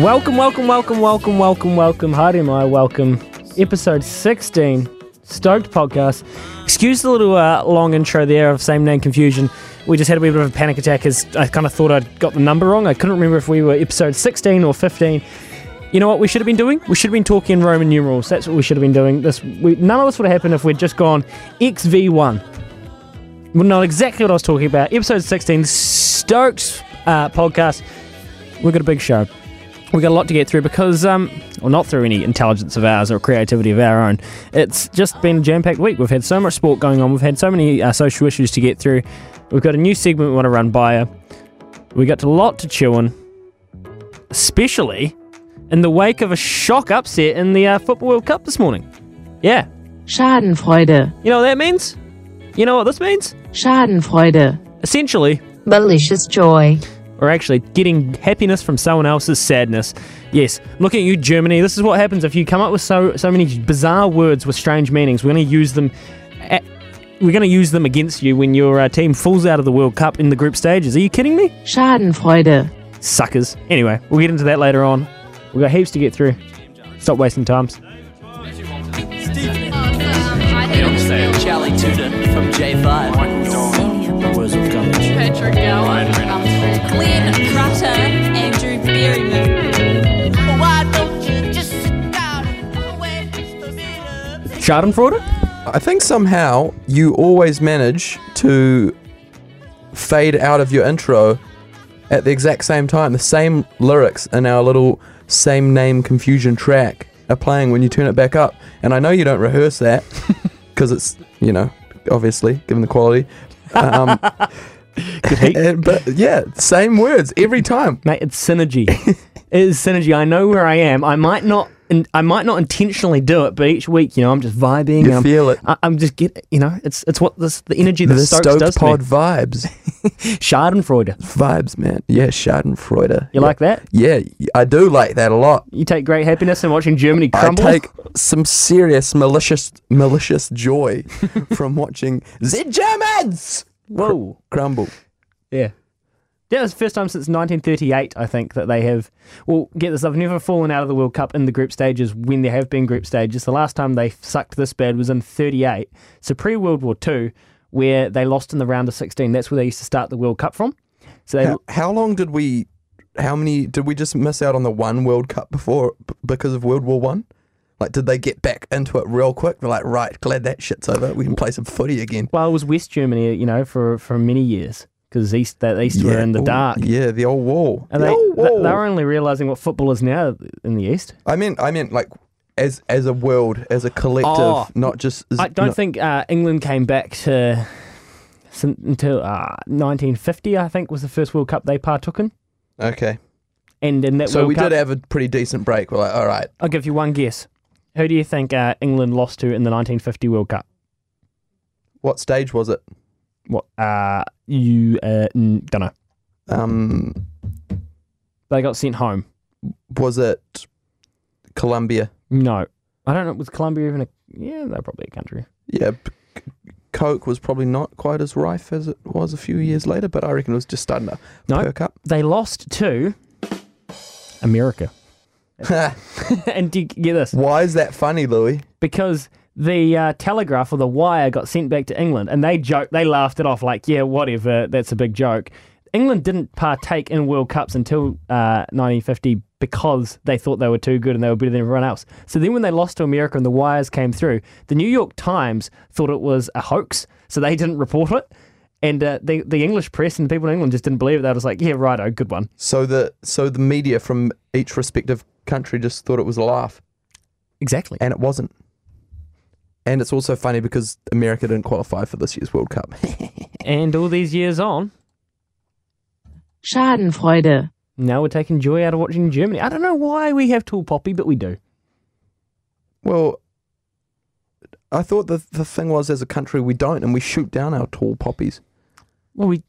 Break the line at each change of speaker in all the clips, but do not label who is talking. Welcome, welcome, welcome, welcome, welcome, welcome. Howdy, my welcome. Episode 16, Stoked Podcast. Excuse the little uh, long intro there of same name confusion. We just had a wee bit of a panic attack as I kind of thought I'd got the number wrong. I couldn't remember if we were episode 16 or 15. You know what we should have been doing? We should have been talking Roman numerals. That's what we should have been doing. This we, None of this would have happened if we'd just gone XV1. Well, not exactly what I was talking about. Episode 16, Stoked uh, Podcast. We've got a big show we got a lot to get through because, um, well, not through any intelligence of ours or creativity of our own. It's just been a jam packed week. We've had so much sport going on. We've had so many uh, social issues to get through. We've got a new segment we want to run by her. We got a lot to chew on, especially in the wake of a shock upset in the uh, Football World Cup this morning. Yeah.
Schadenfreude,
You know what that means? You know what this means?
Schadenfreude,
Essentially,
malicious joy,
or actually getting happiness from someone else's sadness. Yes, looking at you, Germany. This is what happens if you come up with so so many bizarre words with strange meanings. We're going to use them. At, we're going to use them against you when your uh, team falls out of the World Cup in the group stages. Are you kidding me?
Schadenfreude,
Suckers. Anyway, we'll get into that later on. We've got heaps to get through. Stop wasting times.
Charlie Tudor from J5.
Patrick Gowan, Glenn Rutter, Andrew Berryman.
Why don't you just sit down and wait for me to-
Schadenfreude?
I think somehow you always manage to fade out of your intro at the exact same time. The same lyrics in our little same name confusion track are playing when you turn it back up. And I know you don't rehearse that because it's, you know, obviously, given the quality. Um, and- but yeah, same words every time.
Mate, it's synergy. it is synergy. I know where I am. I might not. in- I might not intentionally do it, but each week, you know, I'm just vibing.
You
I'm,
feel it.
I, I'm just get. You know, it's it's what this the energy that
The
Stokes,
Stokes,
does
Pod
to me.
vibes.
Schadenfreude.
Vibes, man. Yeah, Schadenfreude.
You
yeah.
like that?
Yeah, I do like that a lot.
You take great happiness in watching Germany
I
crumble.
take some serious malicious malicious joy from watching the Germans
Whoa.
crumble.
Yeah. That was the first time since 1938, I think, that they have. Well, get this, I've never fallen out of the World Cup in the group stages when there have been group stages. The last time they sucked this bad was in 38. So pre World War II, where they lost in the round of 16. That's where they used to start the World Cup from. So they.
How, how long did we? How many did we just miss out on the one World Cup before b- because of World War One? Like, did they get back into it real quick? They're like, right, glad that shit's over. We can play some footy again.
Well, it was West Germany, you know, for, for many years because East, that East were in the
ooh,
dark.
Yeah, the old wall.
And
the
they, th-
old wall.
they were only realizing what football is now in the East.
I meant, I meant like as as a world, as a collective,
Oh.
not just. As,
I don't
no-
think uh, England came back to sin- until uh, 1950. I think was the first World Cup they partook in,
Okay,
and in that
so
World
we
Cup,
did have a pretty decent break. We're like, all right,
I'll give you one guess. Who do you think uh, England lost to in the 1950 World Cup?
what stage was it?
What? Uh, you uh, don't know.
Um,
They got sent home.
was it Colombia?
No, I don't know. Was Colombia even a? Yeah, they're probably a country.
Yeah, b- c- Coke was probably not quite as rife as it was a few years later, but I reckon it was just starting to
No.
perk up.
They lost to America. and do you get this?
Why is that funny, Louis?
because the uh, telegraph or the wire got sent back to England, and they joked, they laughed it off like, "Yeah, whatever, that's a big joke." England didn't partake in World Cups until uh, 1950 because they thought they were too good and they were better than everyone else. So then, when they lost to America and the wires came through, the New York Times thought it was a hoax, so they didn't report it. And uh, the the English press and people in England just didn't believe it. They were just like, "Yeah, righto, good one."
So the so the media from each respective country just thought it was a laugh,
Exactly.
and it wasn't. And it's also funny because America didn't qualify for this year's World Cup.
And all these years on,
Schadenfreude,
now we're taking joy out of watching Germany. I don't know why we have tall poppy, but we do.
well, I thought the the thing was as a country we don't, and we shoot down our tall poppies.
Well, we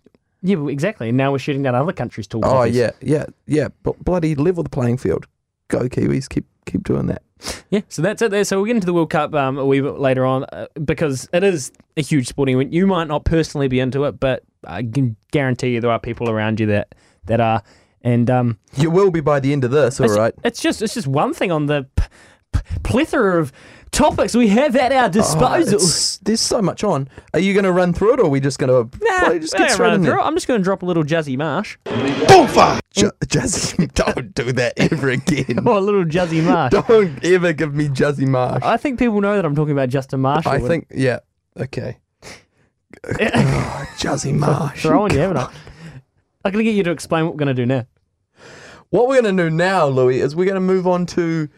yeah, but exactly. And now we're shooting down other countries' tall
Oh
poppies.
yeah, yeah, yeah. But bloody level the playing field. Go Kiwis, keep keep doing that.
yeah. So that's it. There. So we'll get into the World Cup um, a wee bit later on uh, because it is a huge sporting event. You might not personally be into it, but I can guarantee you there are people around you that that are. And um,
You will be by the end of this, all
it's,
right?
it's just it's just one thing on the p- p- plethora of topics we have at our
Oh,
disposal.
it's- there's so much on. Are you going to run through it, or are we just going to
Nah,
just
I
get
ain't
straight
running
in
through
there?
it. I'm just going to drop a little Juzzy Marsh.
Ju- Juzzy, don't do that ever again.
Oh, a little Juzzy Marsh.
don't ever give me Juzzy Marsh.
I think people know that I'm talking about Justin Marshall.
I
and
think, yeah, okay. oh, Juzzy Marsh.
throwing you, haven't I? I'm going to get you to explain what we're going to do now.
What we're going to do now, Louis, is we're going to move on to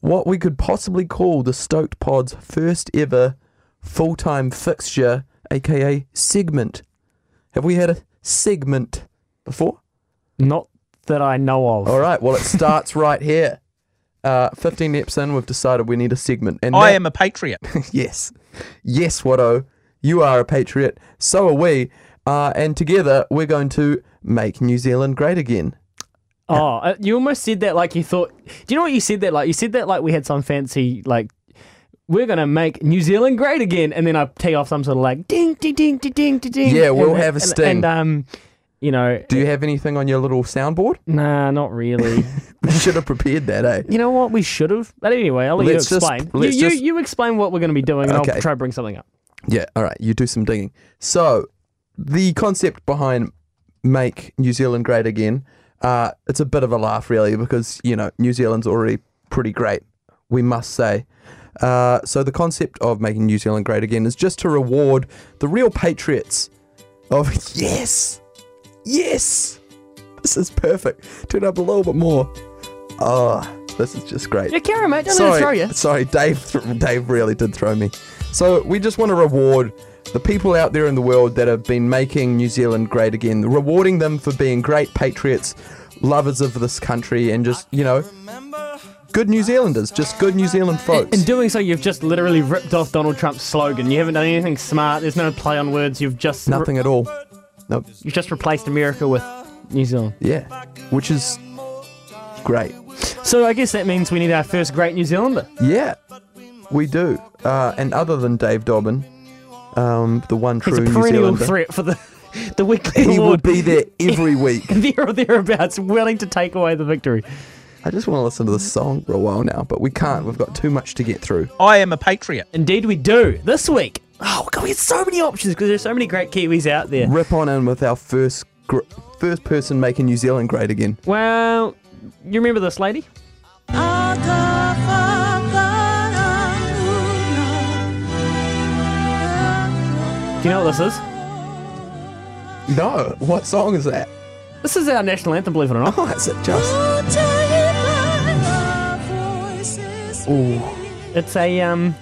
what we could possibly call the Stoked Pod's first ever full time fixture, aka segment. Have we had a segment before?
Not that I know of.
All right, well, it starts right here. Uh, 15 eps in, we've decided we need a segment. And
I
that-
am a patriot.
Yes. Yes, Watto. You are a patriot. So are we. Uh, and together, we're going to make New Zealand great again.
Oh, uh, you almost said that like you thought. Do you know what you said that like? You said that like we had some fancy like. We're gonna make New Zealand great again, and then I tee off some sort of like ding, ding, ding, ding, ding, ding, ding.
Yeah, we'll
and-
have a
and-
sting.
And, um, you know,
Do you have anything on your little soundboard?
nah, not really.
We should have prepared that, eh?
you know what? We should have. But anyway, I'll let
Let's
you
just-
explain.
let's
you, you,
just-
you explain what we're gonna be doing, and
Okay.
I'll try to bring something up.
Yeah, all right. You do some digging. So, the concept behind Make New Zealand Great Again, uh, it's a bit of a laugh, really, because, you know, New Zealand's already pretty great, we must say. Uh, so, the concept of making New Zealand great again is just to reward the real patriots of, yes, yes, this is perfect. Turn up a little bit more. Oh, this is just great
Yeah, carry on, mate. Don't let it
sorry,
throw you.
sorry, Dave. Dave really did throw me. So we just want to reward the people out there in the world that have been making New Zealand great again, rewarding them for being great patriots, lovers of this country, and just you know, good New Zealanders, just good New Zealand folks.
In doing so, you've just literally ripped off Donald Trump's slogan. You haven't done anything smart. There's no play on words. You've just
Nothing at all. Nope.
You've just replaced America with New Zealand.
Yeah, which is great.
So I guess that means we need our first great New Zealander.
Yeah, we do. Uh, and other than Dave Dobbin, um, the one
He's
true
a
New
perennial
Zealander,
threat for the the weekly
he will
award.
be there every week.
there or thereabouts, willing to take away the victory.
I just want to listen to this song for a while now, but we can't. We've got too much to get through.
I am a patriot.
Indeed, we do this week. Oh, God, we had so many options because there's so many great Kiwis out there.
Rip on in with our first gr- first person making New Zealand great again.
Well, you remember this lady? Do you know what this is?
No, what song is that?
This is our national anthem, believe it or not.
Oh, is it just? Ooh.
It's a um,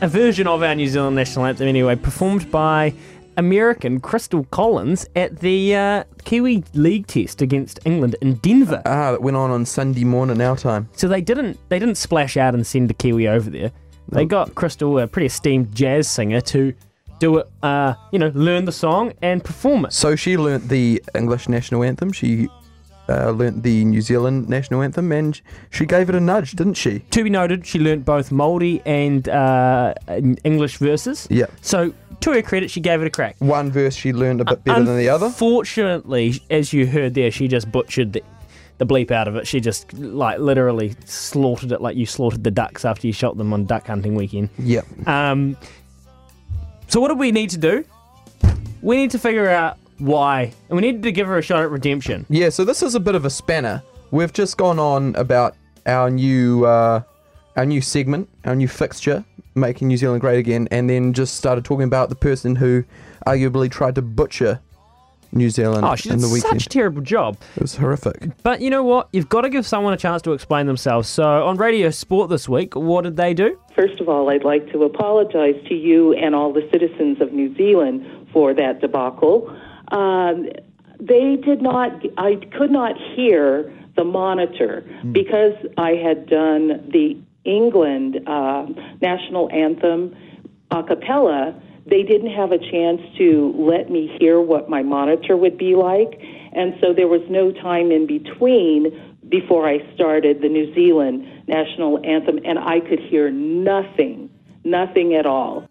a version of our New Zealand national anthem, anyway, performed by American Crystal Collins at the uh, Kiwi League Test against England in Denver.
Ah, that went on on Sunday morning our time.
So they didn't they didn't splash out and send a Kiwi over there. They got Crystal, a pretty esteemed jazz singer, to do it. Uh, you know, learn the song and perform it.
So she learnt the English national anthem. She uh, learnt the New Zealand national anthem, and she gave it a nudge, didn't she?
To be noted, she learnt both Māori and uh, en- English verses.
Yeah.
So to her credit, she gave it a crack.
One verse she learned a bit better than the other.
Fortunately, as you heard there, she just butchered the, the bleep out of it. She just like literally slaughtered it, like you slaughtered the ducks after you shot them on duck hunting weekend.
Yep.
Um, so what do we need to do? We need to figure out why, and we need to give her a shot at redemption.
Yeah, so this is a bit of a spanner. We've just gone on about our new uh, our new segment, our new fixture, making New Zealand great again, and then just started talking about the person who arguably tried to butcher New Zealand
Oh, she
in
did
the weekend.
such a terrible job.
it was horrific.
But you know what? You've got to give someone a chance to explain themselves. So on Radio Sport this week, what did they do?
First of all, I'd like to apologize to you and all the citizens of New Zealand for that debacle. Um, they did not, I could not hear the monitor because I had done the England uh, national anthem a cappella. They didn't have a chance to let me hear what my monitor would be like, and so there was no time in between before I started the New Zealand national anthem, and I could hear nothing, nothing at all.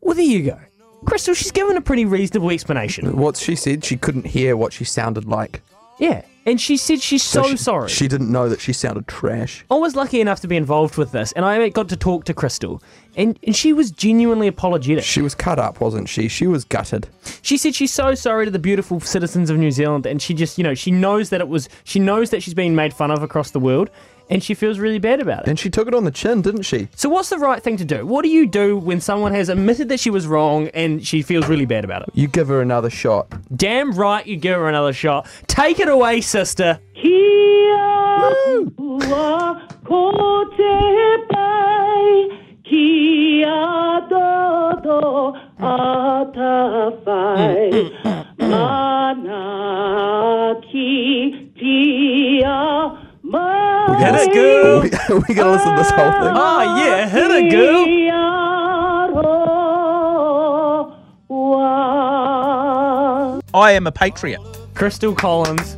Well, there you go. Crystal, she's given a pretty reasonable explanation.
What she said, she couldn't hear what she sounded like.
Yeah. And she said she's so,
she-
sorry.
She didn't know that she sounded trash.
I was lucky enough to be involved with this, and I got to talk to Crystal, and, and she was genuinely apologetic.
She was cut up, wasn't she? She was gutted.
She said she's so sorry to the beautiful citizens of New Zealand, and she just, you know, she knows that it was, she knows that she's being made fun of across the world, and she feels really bad about it.
And she took it on the chin, didn't she?
so, what's the right thing to do? What do you do when someone has admitted that she was wrong and she feels really bad about it?
You give her another shot.
Damn right, you give her another shot. Take it away, sister.
Kia ua ko te pai, kia dodo a ta whai, mana ki tia mai.
Hit it,
Are
girl.
we, are we gonna listen to this whole thing?
Oh, yeah, hit it, girl.
Kia roa.
I am a patriot.
Crystal Collins.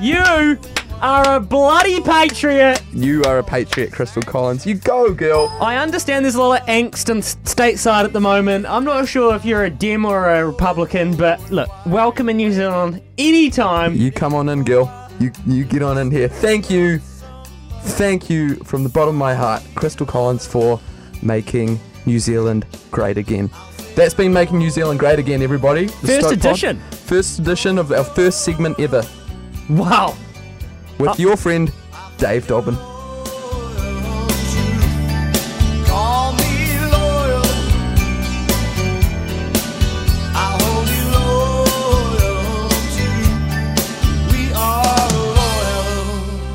You are a bloody patriot.
You are a patriot, Crystal Collins. You go, girl.
I understand there's a lot of angst in s- stateside at the moment. I'm not sure if you're a Dem or a Republican, but look, welcome in New Zealand anytime.
You come on in, girl. You you get on in here. Thank you, thank you from the bottom of my heart, Crystal Collins, for making New Zealand great again. That's been making New Zealand great again, everybody. The
First
Stoke Pod.
edition.
First edition of our first segment ever
Wow.
with
Ah.
your friend Dave Dobbin.
Call me loyal. I hold you loyal too. We are loyal.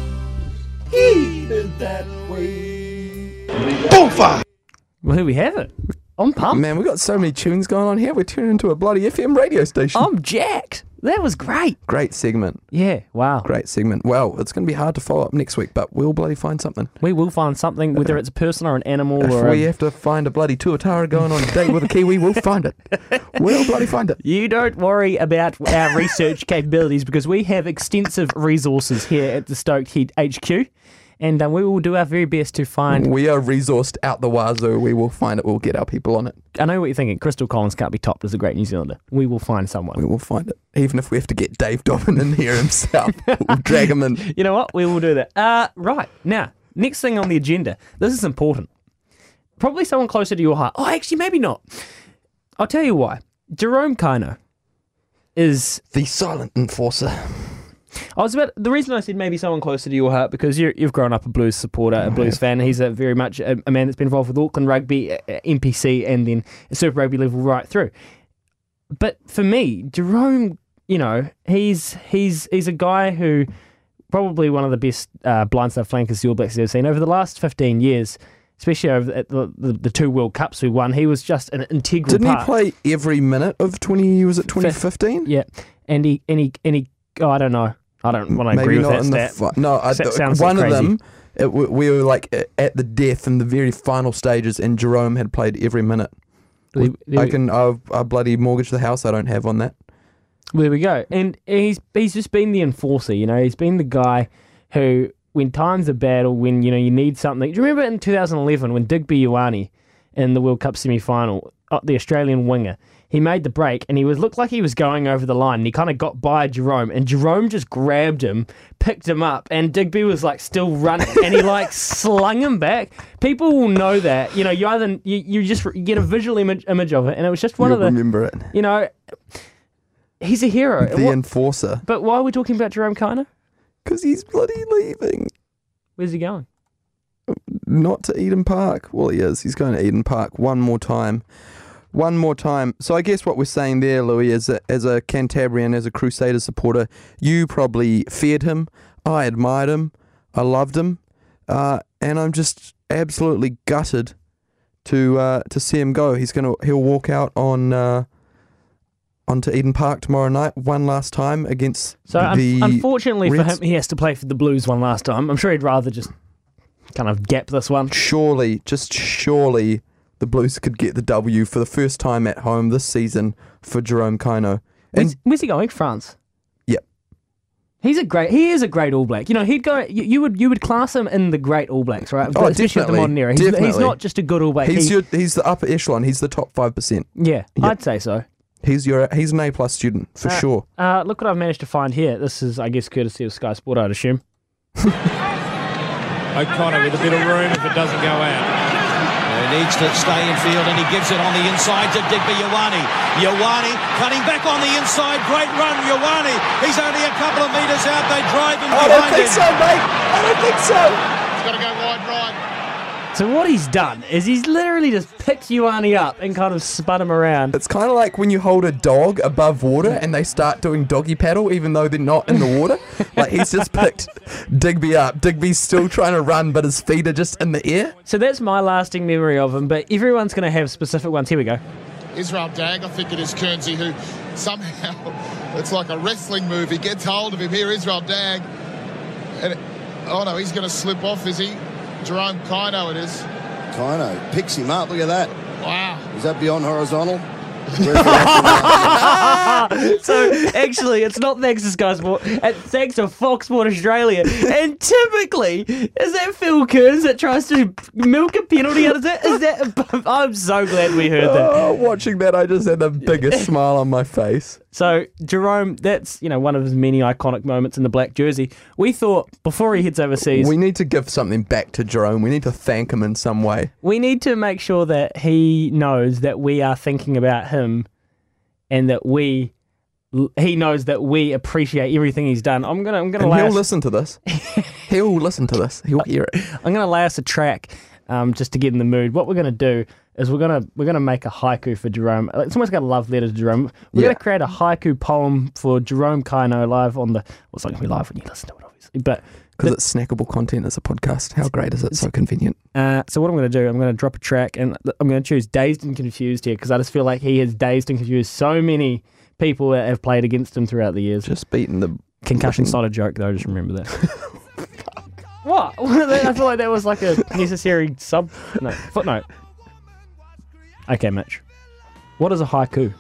He is that way.
Well, here we have it. I'm pumped.
Man, we got so many tunes going on here. We're turning into a bloody FM radio station.
I'm jacked. That was great.
Great segment.
Yeah, wow.
Great segment. Well, it's going to be hard to follow up next week, but we'll bloody find something.
We will find something, whether it's a person or an animal
If
or a-
we have to find a bloody tuatara going on a date with a kiwi, we'll find it. We'll bloody find it.
You don't worry about our research capabilities because we have extensive resources here at the Stoked Head HQ, and um, we will do our very best to find.
We are resourced out the wazoo. We will find it. We'll get our people on it.
I know what you're thinking. Crystal Collins can't be topped as a great New Zealander. We will find someone.
We will find it. Even if we have to get Dave Dobbin in here himself, we'll drag him in.
You know what? We will do that. Uh, right now, next thing on the agenda. This is important. Probably someone closer to your heart. Oh, actually, maybe not. I'll tell you why. Jerome Kino is
The silent enforcer.
I was about the reason I said maybe someone closer to your heart because you're, you've grown up a blues supporter, a blues fan. He's a very much a, a man that's been involved with Auckland rugby, uh, uh, NPC, and then Super Rugby level right through. But for me, Jerome, you know, he's he's he's a guy who probably one of the best uh, blindside flankers the All Blacks have ever seen over the last fifteen years. Especially over at the, the, the two World Cups we won, he was just an integral.
Didn't he
part.
play every minute of 20, was it 2015?
Yeah, and he and he and he. Oh, I don't know. I don't want to
Maybe
agree with
not
that
in
stat.
the fi- no. I,
That sounds
one
crazy.
of them, it, w- we were like a- at the death in the very final stages, and Jerome had played every minute.
There- there
I
we-
can I, I bloody mortgage the house I don't have on that.
There we go. And he's he's just been the enforcer, you know. He's been the guy who, when times are bad or when you know you need something. Do you remember in 2011 when Digby Ioane in the World Cup semi-final, uh, the Australian winger, he made the break and he was looked like he was going over the line. And he kind of got by Jerome, and Jerome just grabbed him, picked him up, and Digby was like still running, and he like slung him back. People will know that, you know. You either you, you just you get a visual image image of it, and it was just one
You'll
of the
remember it.
you know, he's a hero.
The
And what-
enforcer,
but why are we talking about Jerome Kiner?
because he's bloody leaving.
Where's he going?
Not to Eden Park. Well, he is. He's going to Eden Park one more time. One more time. So I guess what we're saying there, Louis, is that as a Cantabrian, as a Crusader supporter, you probably feared him. I admired him. I loved him. Uh, and I'm just absolutely gutted to uh, to see him go. He's gonna he'll walk out on uh, onto Eden Park tomorrow night one last time against
So un-
the
unfortunately for
Reds.
him, he has to play for the Blues one last time. I'm sure he'd rather just kind of gap this one.
surely, just surely, the Blues could get the W for the first time at home this season for Jerome Kino.
Where's,
And
where's he going? France.
Yep.
He's a great. He is a great All Black. You know, he'd go. You, you would you would class him in the great All Blacks, right?
Oh,
Especially with the
definitely,
modern era. He's, he's
definitely.
not just a good All Black.
he's
he-
your, he's the upper echelon. He's the top five percent.
yeah,
Yep.
I'd say so.
He's your he's an A plus student for sure.
Uh, look what I've managed to find here. This is, I guess, courtesy of Sky Sport, I'd assume.
O'Connor with a bit of room if it doesn't go out.
He needs to stay in field and he gives it on the inside to Digby Ioane. Ioane cutting back on the inside. Great run, Ioane. He's only a couple of metres out. They drive him
I
behind
don't think
him.
so, mate. I don't think so.
So what he's done is he's literally just picked Yuani up and kind of spun him around.
It's kind of like when you hold a dog above water and they start doing doggy paddle, even though they're not in the water. like he's just picked Digby up. Digby's still trying to run, but his feet are just in the air.
So that's my lasting memory of him, but everyone's going to have specific ones. Here we go.
Israel Dag, I think it is Kernsey, who somehow, it's like a wrestling move. He gets hold of him. Here, Israel Dag. And, oh no, he's going to slip off, is he? Jerome Kino, it is.
Kino picks him up. Look at that.
Wow.
Is that beyond horizontal?
So actually, it's not thanks to Sky Sport. It's thanks to Fox Sport Australia. And typically, is that Phil Kearns that tries to milk a penalty out of that? Is that? I'm so glad we heard that.
Oh, watching that, I just had the biggest smile on my face.
So Jerome, that's you know one of his many iconic moments in the black jersey. We thought before he heads overseas,
We
we,
need to give something back to Jerome. We need to thank him in some way.
need to make sure that he knows that we are thinking about him, and that we he knows that we appreciate everything he's done. I'm gonna I'm gonna
And
lay
he'll
us,
listen to this. He'll listen to this. He'll hear it.
I'm gonna lay us a track, um, just to get in the mood. What we're gonna do is we're gonna we're gonna make a haiku for Jerome. Uh, It's almost like a love letter to Jerome. We're
Yeah.
gonna create a haiku poem for Jerome Kaino live on the. Well, it's not gonna be live when you listen to it, obviously, but.
Because it's snackable content as a podcast. How great is it? So convenient.
Uh, so what I'm going to do, I'm going to drop a track, and th- I'm going to choose "Dazed and Confused" here because I just feel like he has dazed and confused so many people that have played against him throughout the years.
Just beating the
Concussion's not a joke, though. Just remember that. what? I feel like that was like a necessary sub no, footnote. Okay, Mitch. What is a haiku?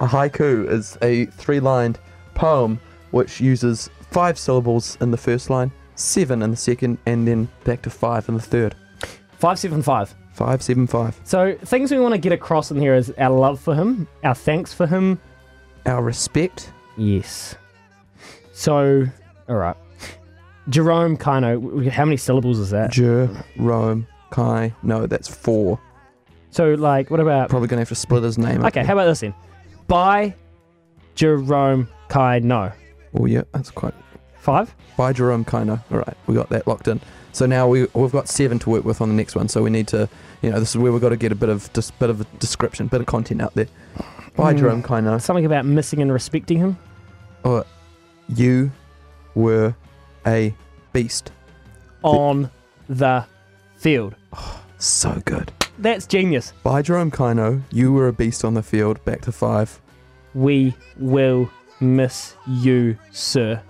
A haiku is a three lined poem which uses five syllables in the first line, seven in the second, and then back to five in the third.
Five seven five.
Five, seven, five.
So things we want to get across in here is our love for him, our thanks for him,
Our respect.
Yes. So, all right. Jerome Kino, w- w- how many syllables is that?
Jer, Rome, Kai. No, that's four.
So, like, what about.
Probably going to have to split his name. up.
Okay, how about this then? By Jerome Kino.
Oh, yeah, that's quite.
Five?
By Jerome Kino. All right, we got that locked in. So now we, we've got seven to work with on the next one. So we need to, you know, this is where we've got to get a bit of just bit of a description, bit of content out there. By Jerome Kino.
Something about missing and respecting him.
or you were a beast.
On the field.
So good.
That's genius.
By Jerome Kino, you were a beast on the field. Back to five.
We will miss you, sir.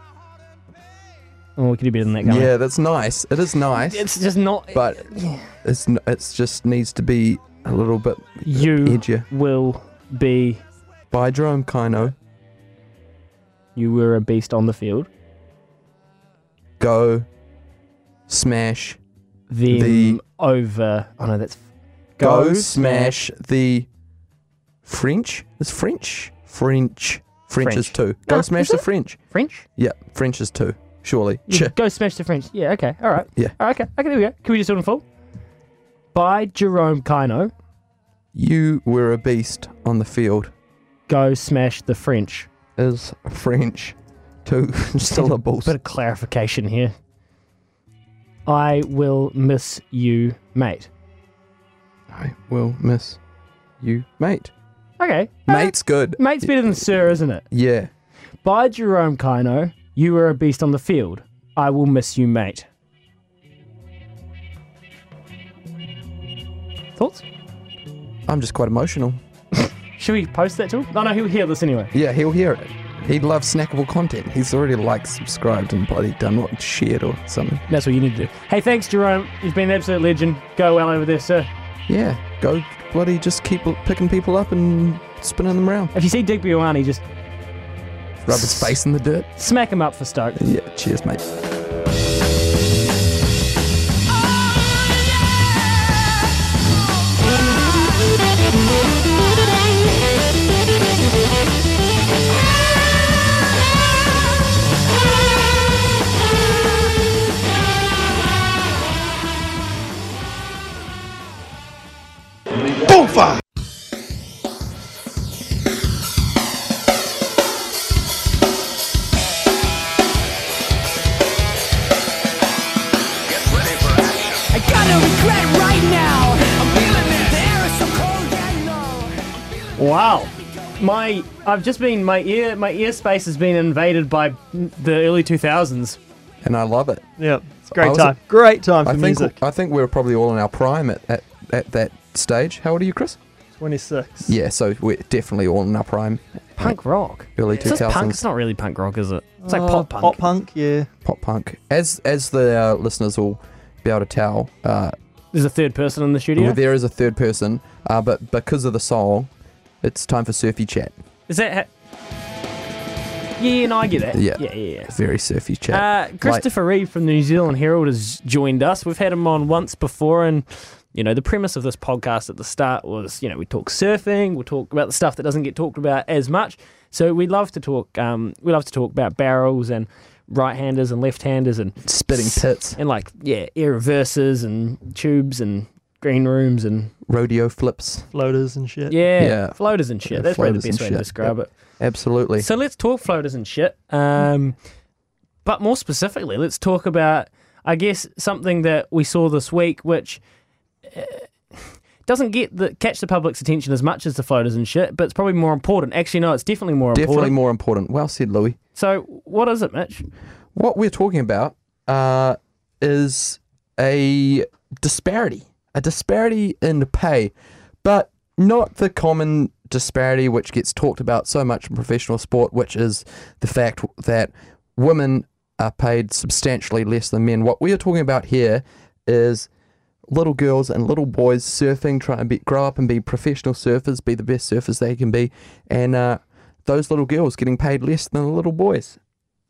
Oh, we could do better than that, can't we?
Yeah, that's nice. It is nice,
It's just not.
but it's n- it's just needs to be a little bit
you
edgier.
will be.
By Jerome Kino,
You were a beast on the field.
go smash,
them
The-
over. Oh no, that's
go, smash the French. It's French. French. French is
French.
two. Go smash the French.
French.
Yeah, French is two. Surely. Ch-
Go smash the French. Yeah. Okay. All right.
Yeah.
All right. Okay. Okay. There we go. Can we just do it in full? By Jerome Kino.
You were a beast on the field.
Go smash the French.
Is French two syllables.
Bit of clarification here. I will miss you, mate.
I will miss you, mate.
Okay. Uh,
Mate's good.
Mate's better than sir, isn't it?
Yeah.
By Jerome Kino. You were a beast on the field. I will miss you, mate. Thoughts?
I'm just quite emotional.
Should we post that to him? Oh, No, no, he'll hear this anyway.
Yeah, he'll hear it. He loves snackable content. He's already like subscribed and bloody done what shared or something.
That's what you need to do. Hey, thanks, Jerome. You've been an absolute legend. Go well over there, sir.
Yeah, go bloody just keep picking people up and spinning them around.
If you see Digby Iwani, just
Rub his face in the dirt.
smack him up for Stoke.
Yeah, cheers, mate.
yeah.
Wow. My, I've just been my ear, my ear space has been invaded by the early two thousands.
And I love it.
Yeah, it's
great
I was-
time.
Great time
I
for
think,
music.
I think we were probably all in our prime at, at, at that stage. How old are you, Chris?
26.
Yeah, so we're definitely all in our prime.
Punk rock.
Early
It's
2000s.
just punk. It's not really punk rock, is it? It's like
Uh,
pop punk.
Pop punk, yeah.
Pop punk. As as the uh, listeners will be able to tell, uh,
There's a third person in the studio.
well, there is a third person, uh, but because of the song, it's time for surfy chat.
Is that? Ha- yeah, no, I get that.
Yeah.
yeah, yeah.
Very surfy chat.
Uh, Christopher Reeve from the New Zealand Herald has joined us. We've had him on once before, and you know the premise of this podcast at the start was you know we talk surfing, we talk about the stuff that doesn't get talked about as much. So we love to talk. Um, we love to talk about barrels and right-handers and left-handers and
spitting pits
and like yeah, air reverses and tubes and green rooms and
rodeo flips.
Floaters and shit.
yeah,
Yeah.
floaters and shit. That's probably
floaters
the
and
best way to
shit.
describe it.
Absolutely.
So let's talk floaters and shit. Um, but more specifically, let's talk about, I guess, something that we saw this week, which uh, doesn't get the catch the public's attention as much as the floaters and shit, but it's probably more important. Actually, no, it's definitely more
definitely
important.
more important. Well said, Louis.
So what is it, Mitch?
What we're talking about uh, is a disparity, a disparity in pay, but not the common disparity which gets talked about so much in professional sport, which is the fact that women are paid substantially less than men. What we are talking about here is little girls and little boys surfing, trying to be, grow up and be professional surfers, be the best surfers they can be, and uh, those little girls getting paid less than the little boys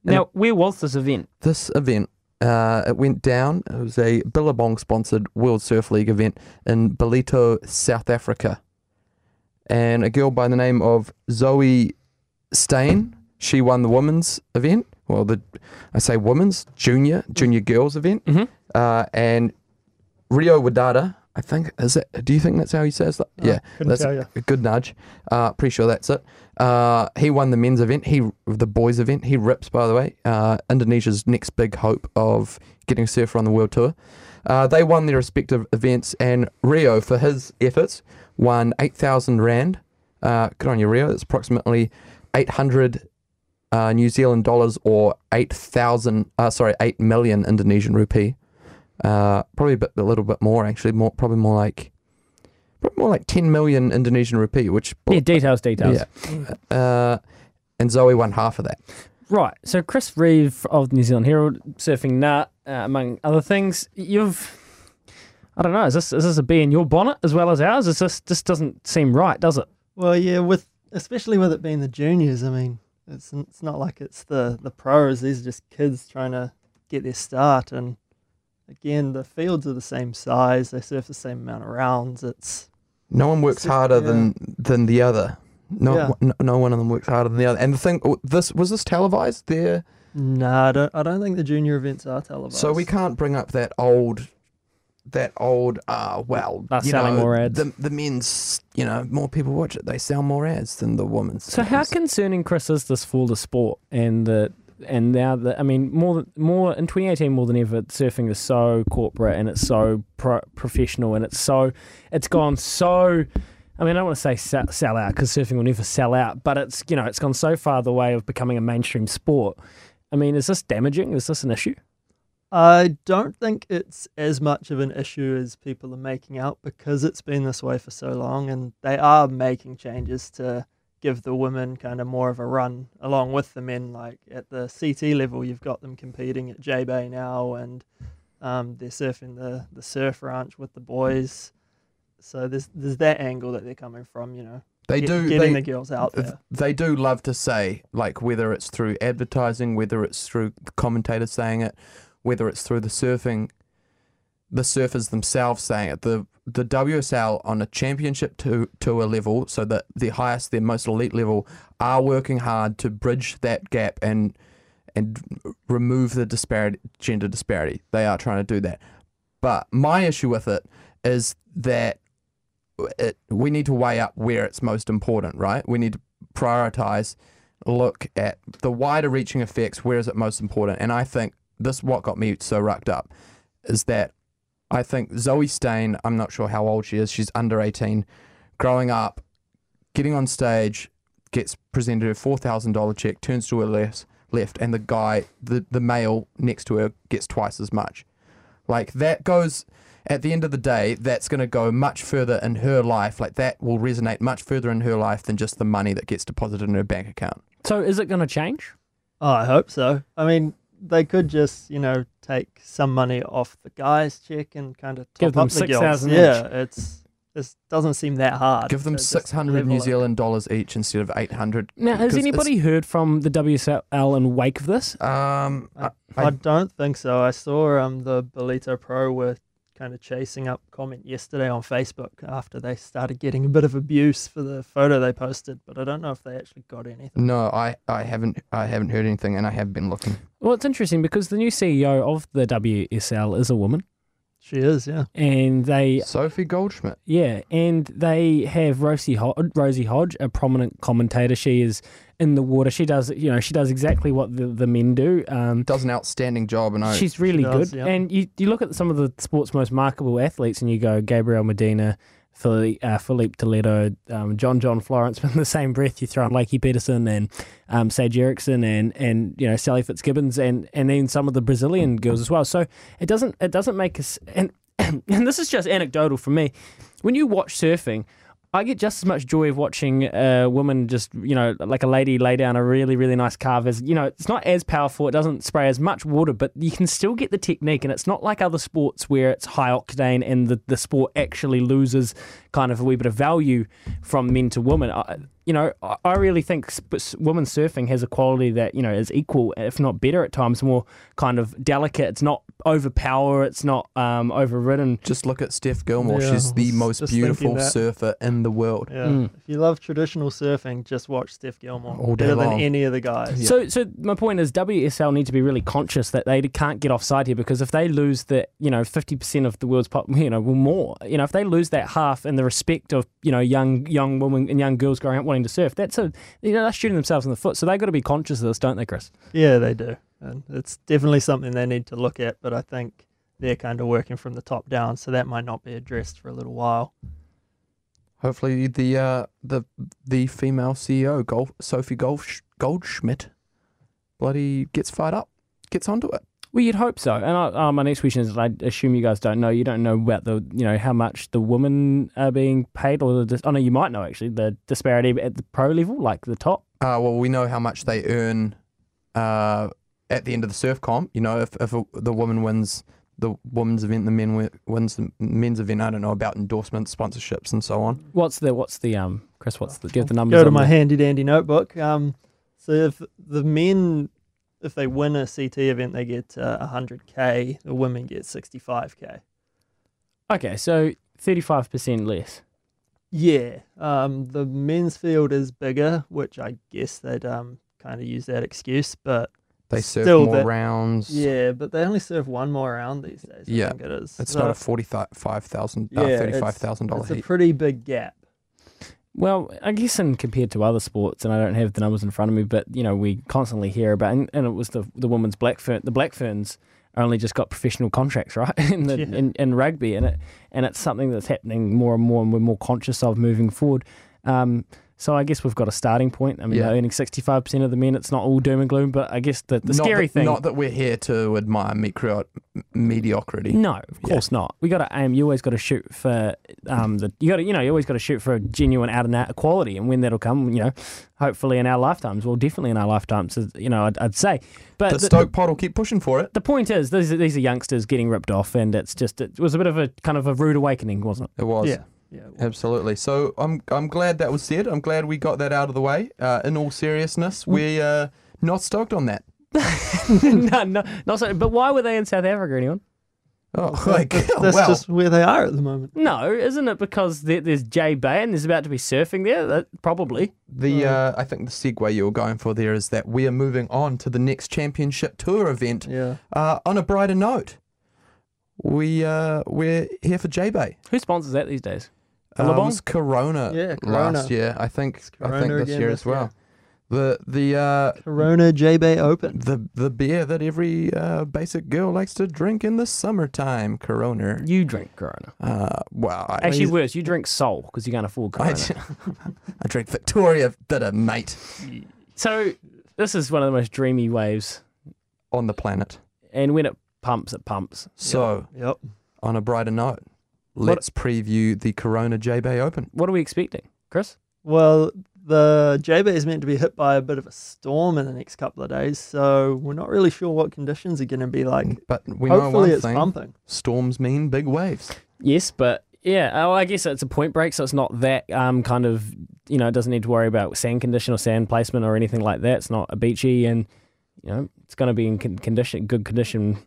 Now, where was this event?
this event uh, it went down. It was a Billabong sponsored World Surf League event in Belito, South Africa. And a girl by the name of Zoe Stain, she won the women's event. Well, the I say women's junior junior girls event. Uh, and Rio Wadada, I think is it. Do you think that's how he says that? yeah,
couldn't
that's
tell
a,
ya.
a good nudge. Uh, pretty sure that's it. Uh, he won the men's event. He the boys event. He rips, by the way. Uh, Indonesia's next big hope of getting a surfer on the world tour. Uh, they won their respective events, and Rio for his efforts won eight thousand rand. Uh, good on you, Rio. That's approximately eight hundred uh, New Zealand dollars or eight thousand. Uh, sorry, eight million Indonesian rupee. Uh, probably a, bit, a little bit more actually. More probably more like probably more like ten million Indonesian rupee, which
Yeah, details, details.
yeah. Uh, and Zoe won half of that.
Right. So Chris Reeve of the New Zealand Herald, surfing Nat, uh, among other things. You've, I don't know, is this is this a bee in your bonnet as well as ours? Is this this doesn't seem right, does it?
Well, yeah, with especially with it being the juniors, I mean, it's n- it's not like it's the the pros. These are just kids trying to get their start, and again, the fields are the same size. They surf the same amount of rounds. It's
No one works
So-
harder
yeah.
than than the other. No,
Yeah.
no, no one of them works harder than the other. And the thing, oh, this was this televised there,
nah, I don't I don't think the junior events are televised.
so we can't bring up that old, that old. Uh, well,
Us
you
selling
know,
more ads.
The the men's, you know, more people watch it. They sell more ads than the women's.
So how
things.
concerning, Chris, is this for the sport and the and now the I mean more than more in 2018 more than ever, surfing is so corporate and it's so pro- professional and it's so it's gone so. I mean, I don't want to say sell, sell out because surfing will never sell out, but it's you know it's gone so far the way of becoming a mainstream sport. I mean, is this damaging? Is this an issue?
I don't think it's as much of an issue as people are making out because it's been this way for so long, and they are making changes to give the women kind of more of a run along with the men. Like at the CT level, you've got them competing at J Bay now, and um, they're surfing the, the surf ranch with the boys. So there's there's that angle that they're coming from, you know.
they
get-
do
getting
they,
the girls out
th-
there.
They do love to say, like, whether it's through advertising, whether it's through the commentators saying it, whether it's through the surfing, the surfers themselves saying it. The the WSL on a championship to, tour level, so that the highest, their most elite level, are working hard to bridge that gap and and remove the disparity, gender disparity. They are trying to do that. But my issue with it is that it, we need to weigh up where it's most important, right? We need to prioritize, look at the wider reaching effects, where is it most important? And I think this what got me so rucked up is that I think Zoe Stain, I'm not sure how old she is, she's under 18, growing up, getting on stage, gets presented a four thousand dollar check, turns to her left, left, and the guy, the the male next to her, gets twice as much. Like that goes. At the end of the day, that's going to go much further in her life. Like that will resonate much further in her life than just the money that gets deposited in her bank account.
So is it going to change?
Oh, I hope so. I mean, they could just, you know, take some money off the guy's check and kind of top
Give them
up the girls.
6,000 each.
Yeah, it's this doesn't seem that hard.
Give them
So just
six hundred
level
New
it.
Zealand dollars each instead of eight hundred.
Now, has anybody heard from the WSL in wake of this?
Um, I,
I don't think so. I saw um the Belito Pro were kind of chasing up comment yesterday on Facebook after they started getting a bit of abuse for the photo they posted, but I don't know if they actually got anything.
No, I, I haven't I haven't heard anything, and I have been looking.
Well, it's interesting because the new CEO of the WSL is a woman.
She is, yeah.
And they
Sophie Goldschmidt.
Yeah, and they have Rosie Hodge, Rosie Hodge, a prominent commentator. She is in the water. She does, you know, she does exactly what the, the men do. Um,
does an outstanding job, and I-
she's really
She does,
good.
yeah.
And you, you look at some of the sport's most markable athletes, and you go Gabriel Medina, Philippe, uh, Philippe Toledo, um, John John Florence. But in the same breath, you throw in Lakey Peterson and um, Sage Erickson and and you know Sally Fitzgibbons and and then some of the Brazilian girls as well. So it doesn't it doesn't make us and and this is just anecdotal for me. When you watch surfing, I get just as much joy of watching a woman just, you know, like a lady lay down a really, really nice carve as, you know, it's not as powerful. It doesn't spray as much water, but you can still get the technique. And it's not like other sports where it's high octane and the, the sport actually loses kind of a wee bit of value from men to women. I, you know, I, I really think sp- s- women surfing has a quality that, you know, is equal, if not better at times, more kind of delicate. It's not overpower. It's not um, overridden.
Just look at Steph Gilmore.
Yeah,
she's
I
the
was
most
just thinking
beautiful
that.
surfer in the world.
Yeah. If you love traditional surfing, just watch Steph Gilmore.
Hmm. All day
Better than
long.
any of the guys.
So, so my point is, WSL need to be really conscious that they can't get offside here because if they lose the, you know, fifty percent of the world's pop, you know, well more, you know, if they lose that half in the respect of, you know, young young women and young girls growing up wanting to surf, that's a, you know, that's shooting themselves in the foot. So they have got to be conscious of this, don't they, Chris?
Yeah, they do. And it's definitely something they need to look at, but I think they're kind of working from the top down, so that might not be addressed for a little while.
Hopefully, the uh, the the female CEO, Gold, Sophie Goldsch- Goldschmidt, bloody gets fired up, gets onto it.
Well, you'd hope so. And I, uh, my next question is: I assume you guys don't know. You don't know about the, you know, how much the women are being paid, or the. Dis- oh no, you might know actually the disparity at the pro level, like the top.
Uh, well, we know how much they earn uh, at the end of the surf comp. You know, if, if a, the woman wins the women's event, the men wi- wins the men's event. I don't know about endorsements, sponsorships, and so on.
What's the what's the um Chris? What's the do you have the numbers?
Go to
on
my
the-
handy dandy notebook. Um, so if the men, if they win a CT event, they get uh, 100k. The women get 65k.
Okay, so thirty-five percent less.
Yeah, um, the men's field is bigger, which I guess they'd um, kind of use that excuse, but
They serve
still
more
that-
rounds.
Yeah, but they only serve one more round these days. I
Yeah,
think it is.
It's
So-
not a forty-five thousand, uh,
Yeah, it's-
thirty-five thousand dollar
It's a
heat.
pretty big gap.
Well, I guess in compared to other sports, and I don't have the numbers in front of me, but you know we constantly hear about, and, and it was the the women's black fern, the black ferns only just got professional contracts, right? In the
Yeah.
in, in rugby, and it and it's something that's happening more and more, and we're more conscious of moving forward. Um, so I guess we've got a starting point. I mean,
Yeah.
they're earning sixty-five percent of the men. It's not all doom and gloom, but I guess the, the
not
scary
that,
thing.
Not that we're here to admire micro- mediocrity.
No, of course not. We got to aim. You always got to shoot for um the you got to you know you always got to shoot for genuine out and out equality, and when that'll come, you know, hopefully in our lifetimes. Well, definitely in our lifetimes, is- you know, I'd, I'd say. But
the, Stoke pod will keep pushing for it.
The point is, these are, these are youngsters getting ripped off, and it's just it was a bit of a kind of a rude awakening, wasn't it?
It was.
Yeah.
Yeah.
Absolutely. So I'm I'm glad that was said. I'm glad we got that out of the way. Uh, in all seriousness, we uh not stoked on that.
no, no, not so. But why were they in South Africa, anyone?
Oh, like
That's
well.
just where they are at the moment.
No, isn't it because there, there's Jay Bay and there's about to be surfing there? That, probably.
The uh, I think the segue you were going for there is that we are moving on to the next championship tour event.
Yeah.
Uh, on a brighter note, we uh, we're here for J Bay.
Who sponsors that these days?
Uh, it
Billabong?
was Corona
Yeah,
last
Corona.
year. I think I think
Corona
this
again
year
this
as well. The the uh,
Corona J Bay Open.
The the beer that every uh, basic girl likes to drink in the summertime. Corona.
You drink Corona.
Uh, well, I,
Actually, worse, you drink Sol because you can't afford Corona.
I drink Victoria Bitter, mate.
So this is one of the most dreamy waves
on the planet.
And when it pumps, it pumps.
So,
yep.
On a brighter note, let's preview the Corona J Bay Open.
What are we expecting, Chris?
Well, the J Bay is meant to be hit by a bit of a storm in the next couple of days, so we're not really sure what conditions are going to be like.
But we know
Hopefully,
one
it's
thing.
pumping.
Storms mean big waves.
Yes, but yeah, oh, I guess it's a point break, so it's not that um kind of you know it doesn't need to worry about sand condition or sand placement or anything like that. It's not a beachy, and you know it's going to be in con- condition, good condition.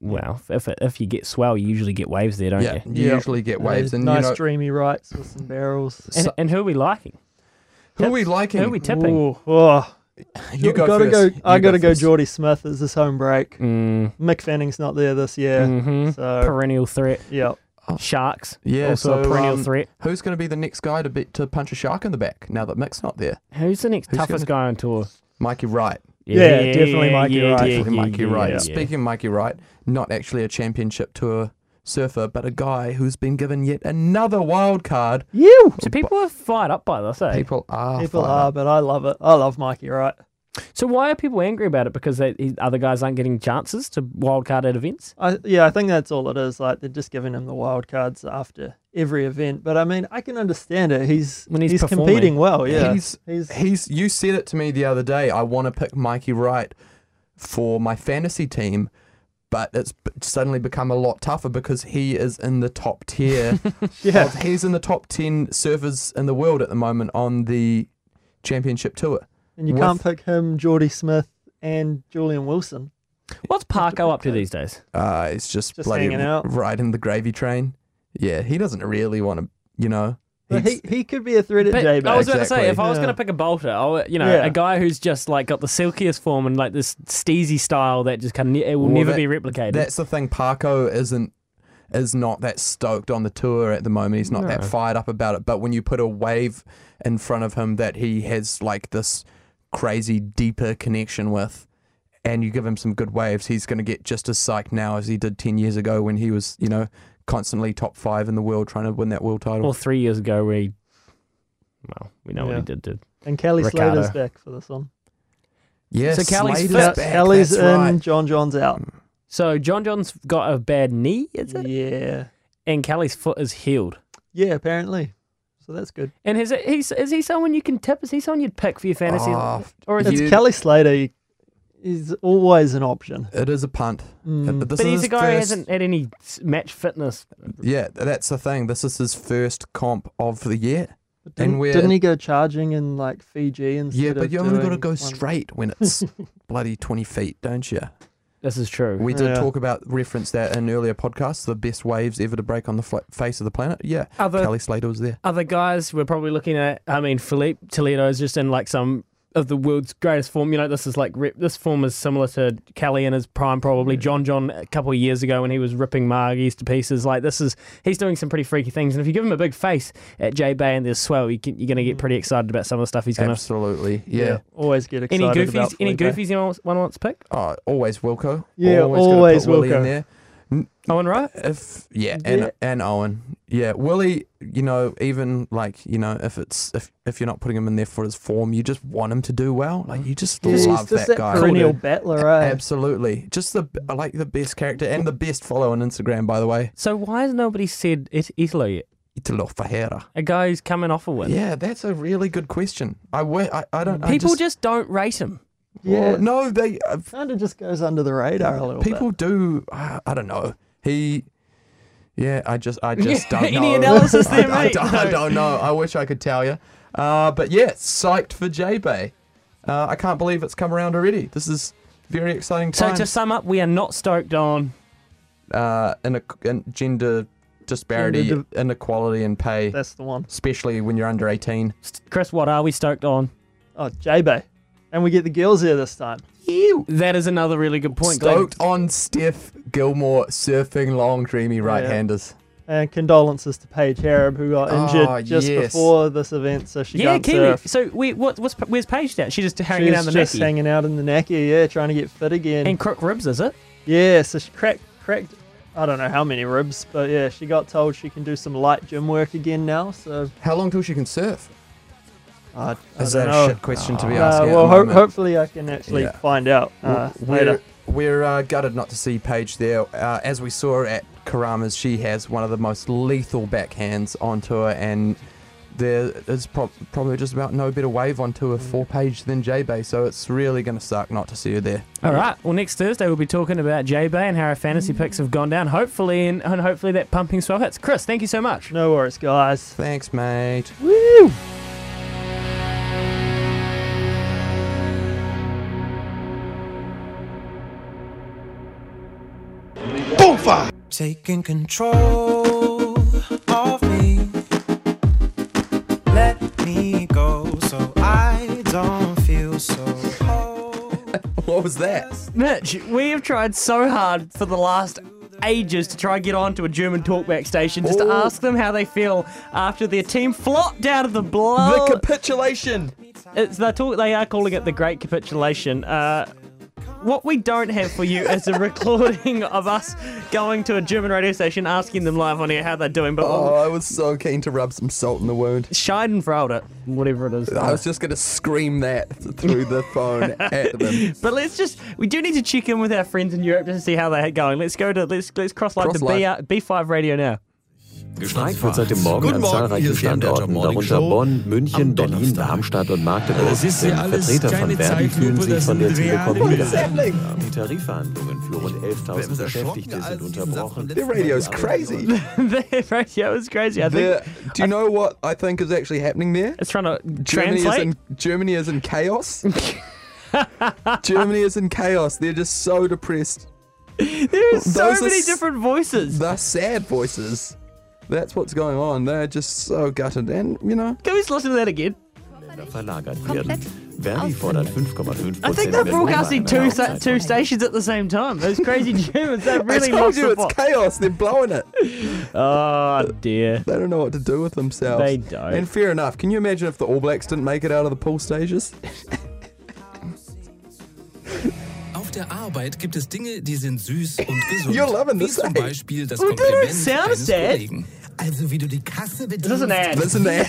Well, if it, if you get swell, you usually get waves there, don't
Yeah,
you?
you Yeah. usually get waves, and, you
nice
know-
dreamy rights with some barrels.
And, and who are we liking?
Who are we liking?
Who are we tipping?
Ooh, oh.
You go
gotta
first.
go. I
You go
gotta go.
first.
Geordie Smith is this home break.
Mm.
Mick Fanning's not there this year,
Mm-hmm.
Mhm.
so
Perennial threat.
Yep.
Sharks.
Yeah,
also
so,
a perennial
um,
threat.
Who's going to be the next guy to be, to punch a shark in the back now that Mick's not there?
Who's the next
Who's
toughest guy on tour?
Mikey Wright.
Yeah, Yeah, definitely yeah, Mikey yeah, Wright. yeah,
Definitely
yeah,
Mikey
yeah,
Wright.
yeah.
Speaking of Mikey Wright, not actually a championship tour surfer, but a guy who's been given yet another wild card.
You.
So people are fired up by this, eh?
People are.
People
fired
are, but I love it. I love Mikey Wright.
So why are people angry about it? Because they, these other guys aren't getting chances to wildcard at events.
I, yeah, I think that's all it is. Like they're just giving him the wild cards after every event. But I mean, I can understand it. He's
When he's performing.
competing well. Yeah,
He's,
he's,
he's you said it to me the other day. I want to pick Mikey Wright for my fantasy team, but it's b- suddenly become a lot tougher because he is in the top tier.
Yeah.
of- he's in the top 10 surfers in the world at the moment on the championship tour.
and you
With-
can't pick him, Geordie Smith, and Julian Wilson.
What's Parko up to these days?
Uh, it's just,
Just
bloody
hanging out.
riding the gravy train. Yeah, he doesn't really want to, you know.
But he,
he's-
he could be a threat at
But
J-Bay.
I was about to say, if I was
Yeah.
going to pick a bolter, I, would- you know,
Yeah.
a guy who's just like got the silkiest form and like this steezy style that just can ne- it will
Well,
never
that-
be replicated.
That's the thing. Parko isn't is not that stoked on the tour at the moment. He's not that
No.
fired up about it. But when you put a wave in front of him that he has like this crazy deeper connection with, and you give him some good waves, he's going to get just as psyched now as he did ten years ago when he was, you know, constantly top five in the world trying to win that world title.
Well, three years ago, we well, we know what he
Yeah.
did. did.
And Kelly Slater's
Ricardo.
back for this one.
yes,
so Kelly's
Slater's
fit.
back,
Kelly's
that's
in,
right.
John John's out.
So John John's got a bad knee, is it?
Yeah.
And Kelly's foot is healed.
Yeah, apparently. So that's good.
And is it, he's, is he someone you can tip? Is he someone you'd pick for your fantasy?
Oh,
or is
It's
he?
Kelly Slater. He- He's always an option. Mm.
It is a punt. But this
But
is
he's
his
a guy who
first-
hasn't had any s- match fitness.
Yeah, that's the thing. This is his first comp of the year.
Didn't,
and we're
didn't he go charging in like Fiji instead
Yeah, but
of
you only got to
doing
go
uh, one-
straight when it's bloody 20 feet, don't you?
This is true.
We did
Yeah.
talk about, reference that in earlier podcasts, the best waves ever to break on the fla- face of the planet. Yeah,
Other-
Kelly Slater was there.
other guys we're probably looking at. I mean, Philippe Toledo is just in like some of the world's greatest form. You know, this is like rip, this form is similar to Kelly in his prime, probably John John a couple of years ago when he was ripping Margies to pieces. Like this is he's doing some pretty freaky things, and if you give him a big face at J Bay and there's swell, you can, you're going to get pretty excited about some of the stuff he's going to.
Mm. Absolutely, yeah.
Yeah, always get
Any
excited about
goofies? Any
Felipe.
goofies anyone wants, one wants to pick?
Oh, always Wilco.
Yeah,
gotta put
always
Willie in
Wilco.
there.
Owen Wright.
If yeah, and
Yeah.
and Owen, yeah, Willie. You know, even like you know, if it's if if you're not putting him in there for his form, you just want him to do well. Like you just
Yeah, he's
love
just that,
that guy.
perennial eh? battler, right?
Absolutely, just the I like the best character and the best follow on Instagram, by the way.
So why has nobody said it Italo yet?
Italo Ferreira.
A guy who's coming off a win.
Yeah, that's a really good question. I wa- I, I don't. I
People
just,
just, don't rate him.
Yeah,
Well, no, they. Uh,
kind of just goes under the radar a little
people
bit.
do. Uh, I don't know. He. Yeah, I just, I just don't
any
know.
analysis there,
I, I,
mate?
don't, I
No.
don't know. I wish I could tell you. Uh, but yeah, psyched for J Bay. Uh, I can't believe it's come around already. This is very exciting
So
times.
to sum up, we are not stoked on.
uh, in a, in gender disparity,
Gender
inequality in pay,
That's the one.
especially when you're under 18.
Chris, what are we stoked on?
Oh, J Bay. And we get the girls there this time.
That is another really good point. Glad-
Stoked on Steph Gilmore surfing long, dreamy right handers.
And condolences to Paige Harab, who got injured
Ah,
Oh,
just
yes.
before this event, so she
yeah,
can't
Kiwi.
surf.
So we, what, what's, where's Paige at? She's just hanging
She's
down the
just
necky.
hanging out in the necky, yeah, trying to get fit again.
And crook ribs, is it?
Yeah, so she cracked, cracked, I don't know how many ribs, but yeah, she got told she can do some light gym work again now. So
how long till she can surf?
I, I
Ah, Is
don't
that a
know.
shit question to be
Uh,
asking at
well,
the
ho-
moment?
hopefully I can actually
Yeah.
find out uh,
W- we're,
later.
We're uh, gutted not to see Paige there. Uh, as we saw at Karama's, she has one of the most lethal backhands on tour, and there is prob probably just about no better wave on tour for Paige than J Bay, so it's really going to suck not to see her there.
All right. Well, next Thursday we'll be talking about J Bay and how our fantasy picks have gone down. Hopefully, and, and hopefully that pumping swell hits. Chris, thank you so much.
No worries, guys.
Thanks, mate.
Woo!
Bonfire! Taking control of me. Let me go so I don't feel so
What was that?
Mitch, we have tried so hard for the last ages to try and get onto a German talkback station just
Oh.
to ask them how they feel after their team flopped out of the blow.
The capitulation.
It's they talk. They are calling it the Great Capitulation. Uh, what we don't have for you is a recording of us going to a German radio station asking them live on air how they're doing. But
Oh, I was so keen to rub some salt in the wound.
Schadenfreude, whatever it is.
I was just going to scream that through the phone at them.
But let's just we do need to check in with our friends in Europe just to see how they're going. Let's go to let's let's cross line
Cross
to
line.
B, uh, B5 radio now.
Gestreikt wird seit dem Morgen
Guten
an
Morgen,
zahlreichen
hier ist die Endeavour
Standorten,
Morning
darunter
Show
Bonn, München, Berlin, Darmstadt und Magdeburg.
Es ist ja
Denn
alles
Vertreter
keine
von Verdi fühlen
Zeitlupe,
sich
das
von der
sind reale
Telekom
Bilder. What's happening?
Die Tarifverhandlungen für rund 11.000 Beschäftigte sind unterbrochen.
The radio's crazy.
the radio is crazy. I think
The- do you know what I think is actually happening there?
It's trying to
Germany
translate.
Is in, Germany is in chaos. Germany is in chaos. They're just so depressed.
There are so
Those are
many
s-
different voices.
The sad voices. That's what's going on. They're just so gutted. And, you know.
Can we just listen to that again?
Verlagert werden. Verdi fordert 5,5
I think they're broadcasting two sta- two stations at the same time. Those crazy Germans, they really
I told
lost
you
the
it's
plot.
chaos. They're blowing it.
Oh dear.
They don't know what to do with themselves.
They don't.
And fair enough. Can you imagine if the All Blacks didn't make it out of the pool stages?
Auf der Arbeit gibt es Dinge, die sind süß und gesund.
You're loving
wie
this,
zum
eh?
Beispiel das
We didn't
Kompliment
sound
eines
sad.
Kollegen. Also wie du die Kasse bedienst.
This is an ad.
ist eine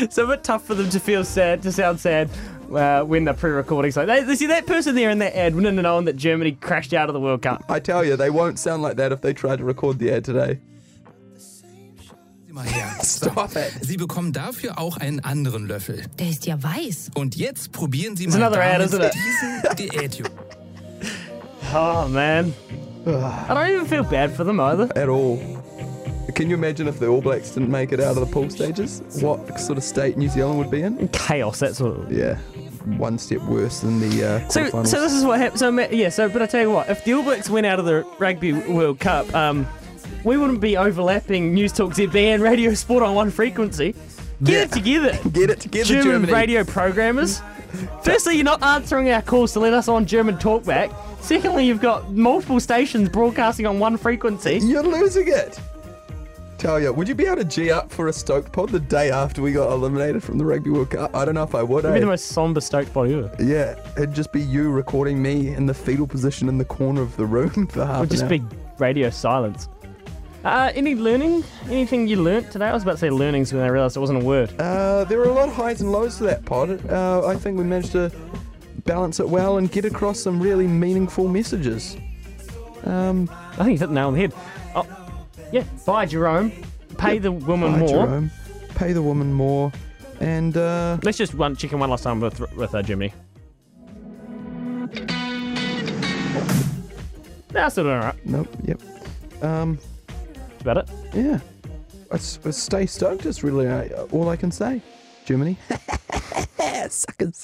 it's a bit tough for them to feel sad, to sound sad uh, when they're pre-recording. So they, they see that person there in that ad wouldn't have known that Germany crashed out of the World Cup.
I tell you, they won't sound like that if they tried to record the ad today.
Mal her. Stop it. Sie bekommen dafür auch einen anderen Löffel.
Der ist ja weiß.
Und jetzt probieren Sie
It's
mal
another ad,
damit
isn't it?
diese Diät.
Oh man, I don't even feel bad for them either.
At all. Can you imagine if the All Blacks didn't make it out of the pool stages? What sort of state New Zealand would be in?
Chaos, that's what.
Yeah, one step worse than the uh,
So,
quarterfinals.
so this is what happened. So ma- yeah, so but I tell you what, if the All Blacks went out of the Rugby World Cup, um, we wouldn't be overlapping News Talk ZB and Radio Sport on one frequency. Get it together.
Get it together,
German
Germany.
radio programmers. Firstly, you're not answering our calls to let us on German talkback. Secondly, you've got multiple stations broadcasting on one frequency.
You're losing it. Tell you, would you be able to G up for a Stoked pod the day after we got eliminated from the Rugby World Cup? I don't know if I would.
It'd be
eh?
the most somber Stoked pod ever.
yeah, it'd just be you recording me in the fetal position in the corner of the room for half
It would just
an
be
hour.
radio silence. Uh, any learning? Anything you learnt today? I was about to say learnings when I realised it wasn't a word.
Uh, there were a lot of highs and lows to that pod. Uh, I think we managed to balance it well and get across some really meaningful messages. Um,
I think you hit the nail on the head. Oh, yeah, buy Jerome, pay the woman
Buy
more.
Jerome, pay the woman more, and uh,
Let's just one chicken one last time with with uh, Jimmy. That's all right.
nope, yep. Um,
That's about it.
Yeah. I, s- I stay stoked is really uh, all I can say. Germany. Suckers.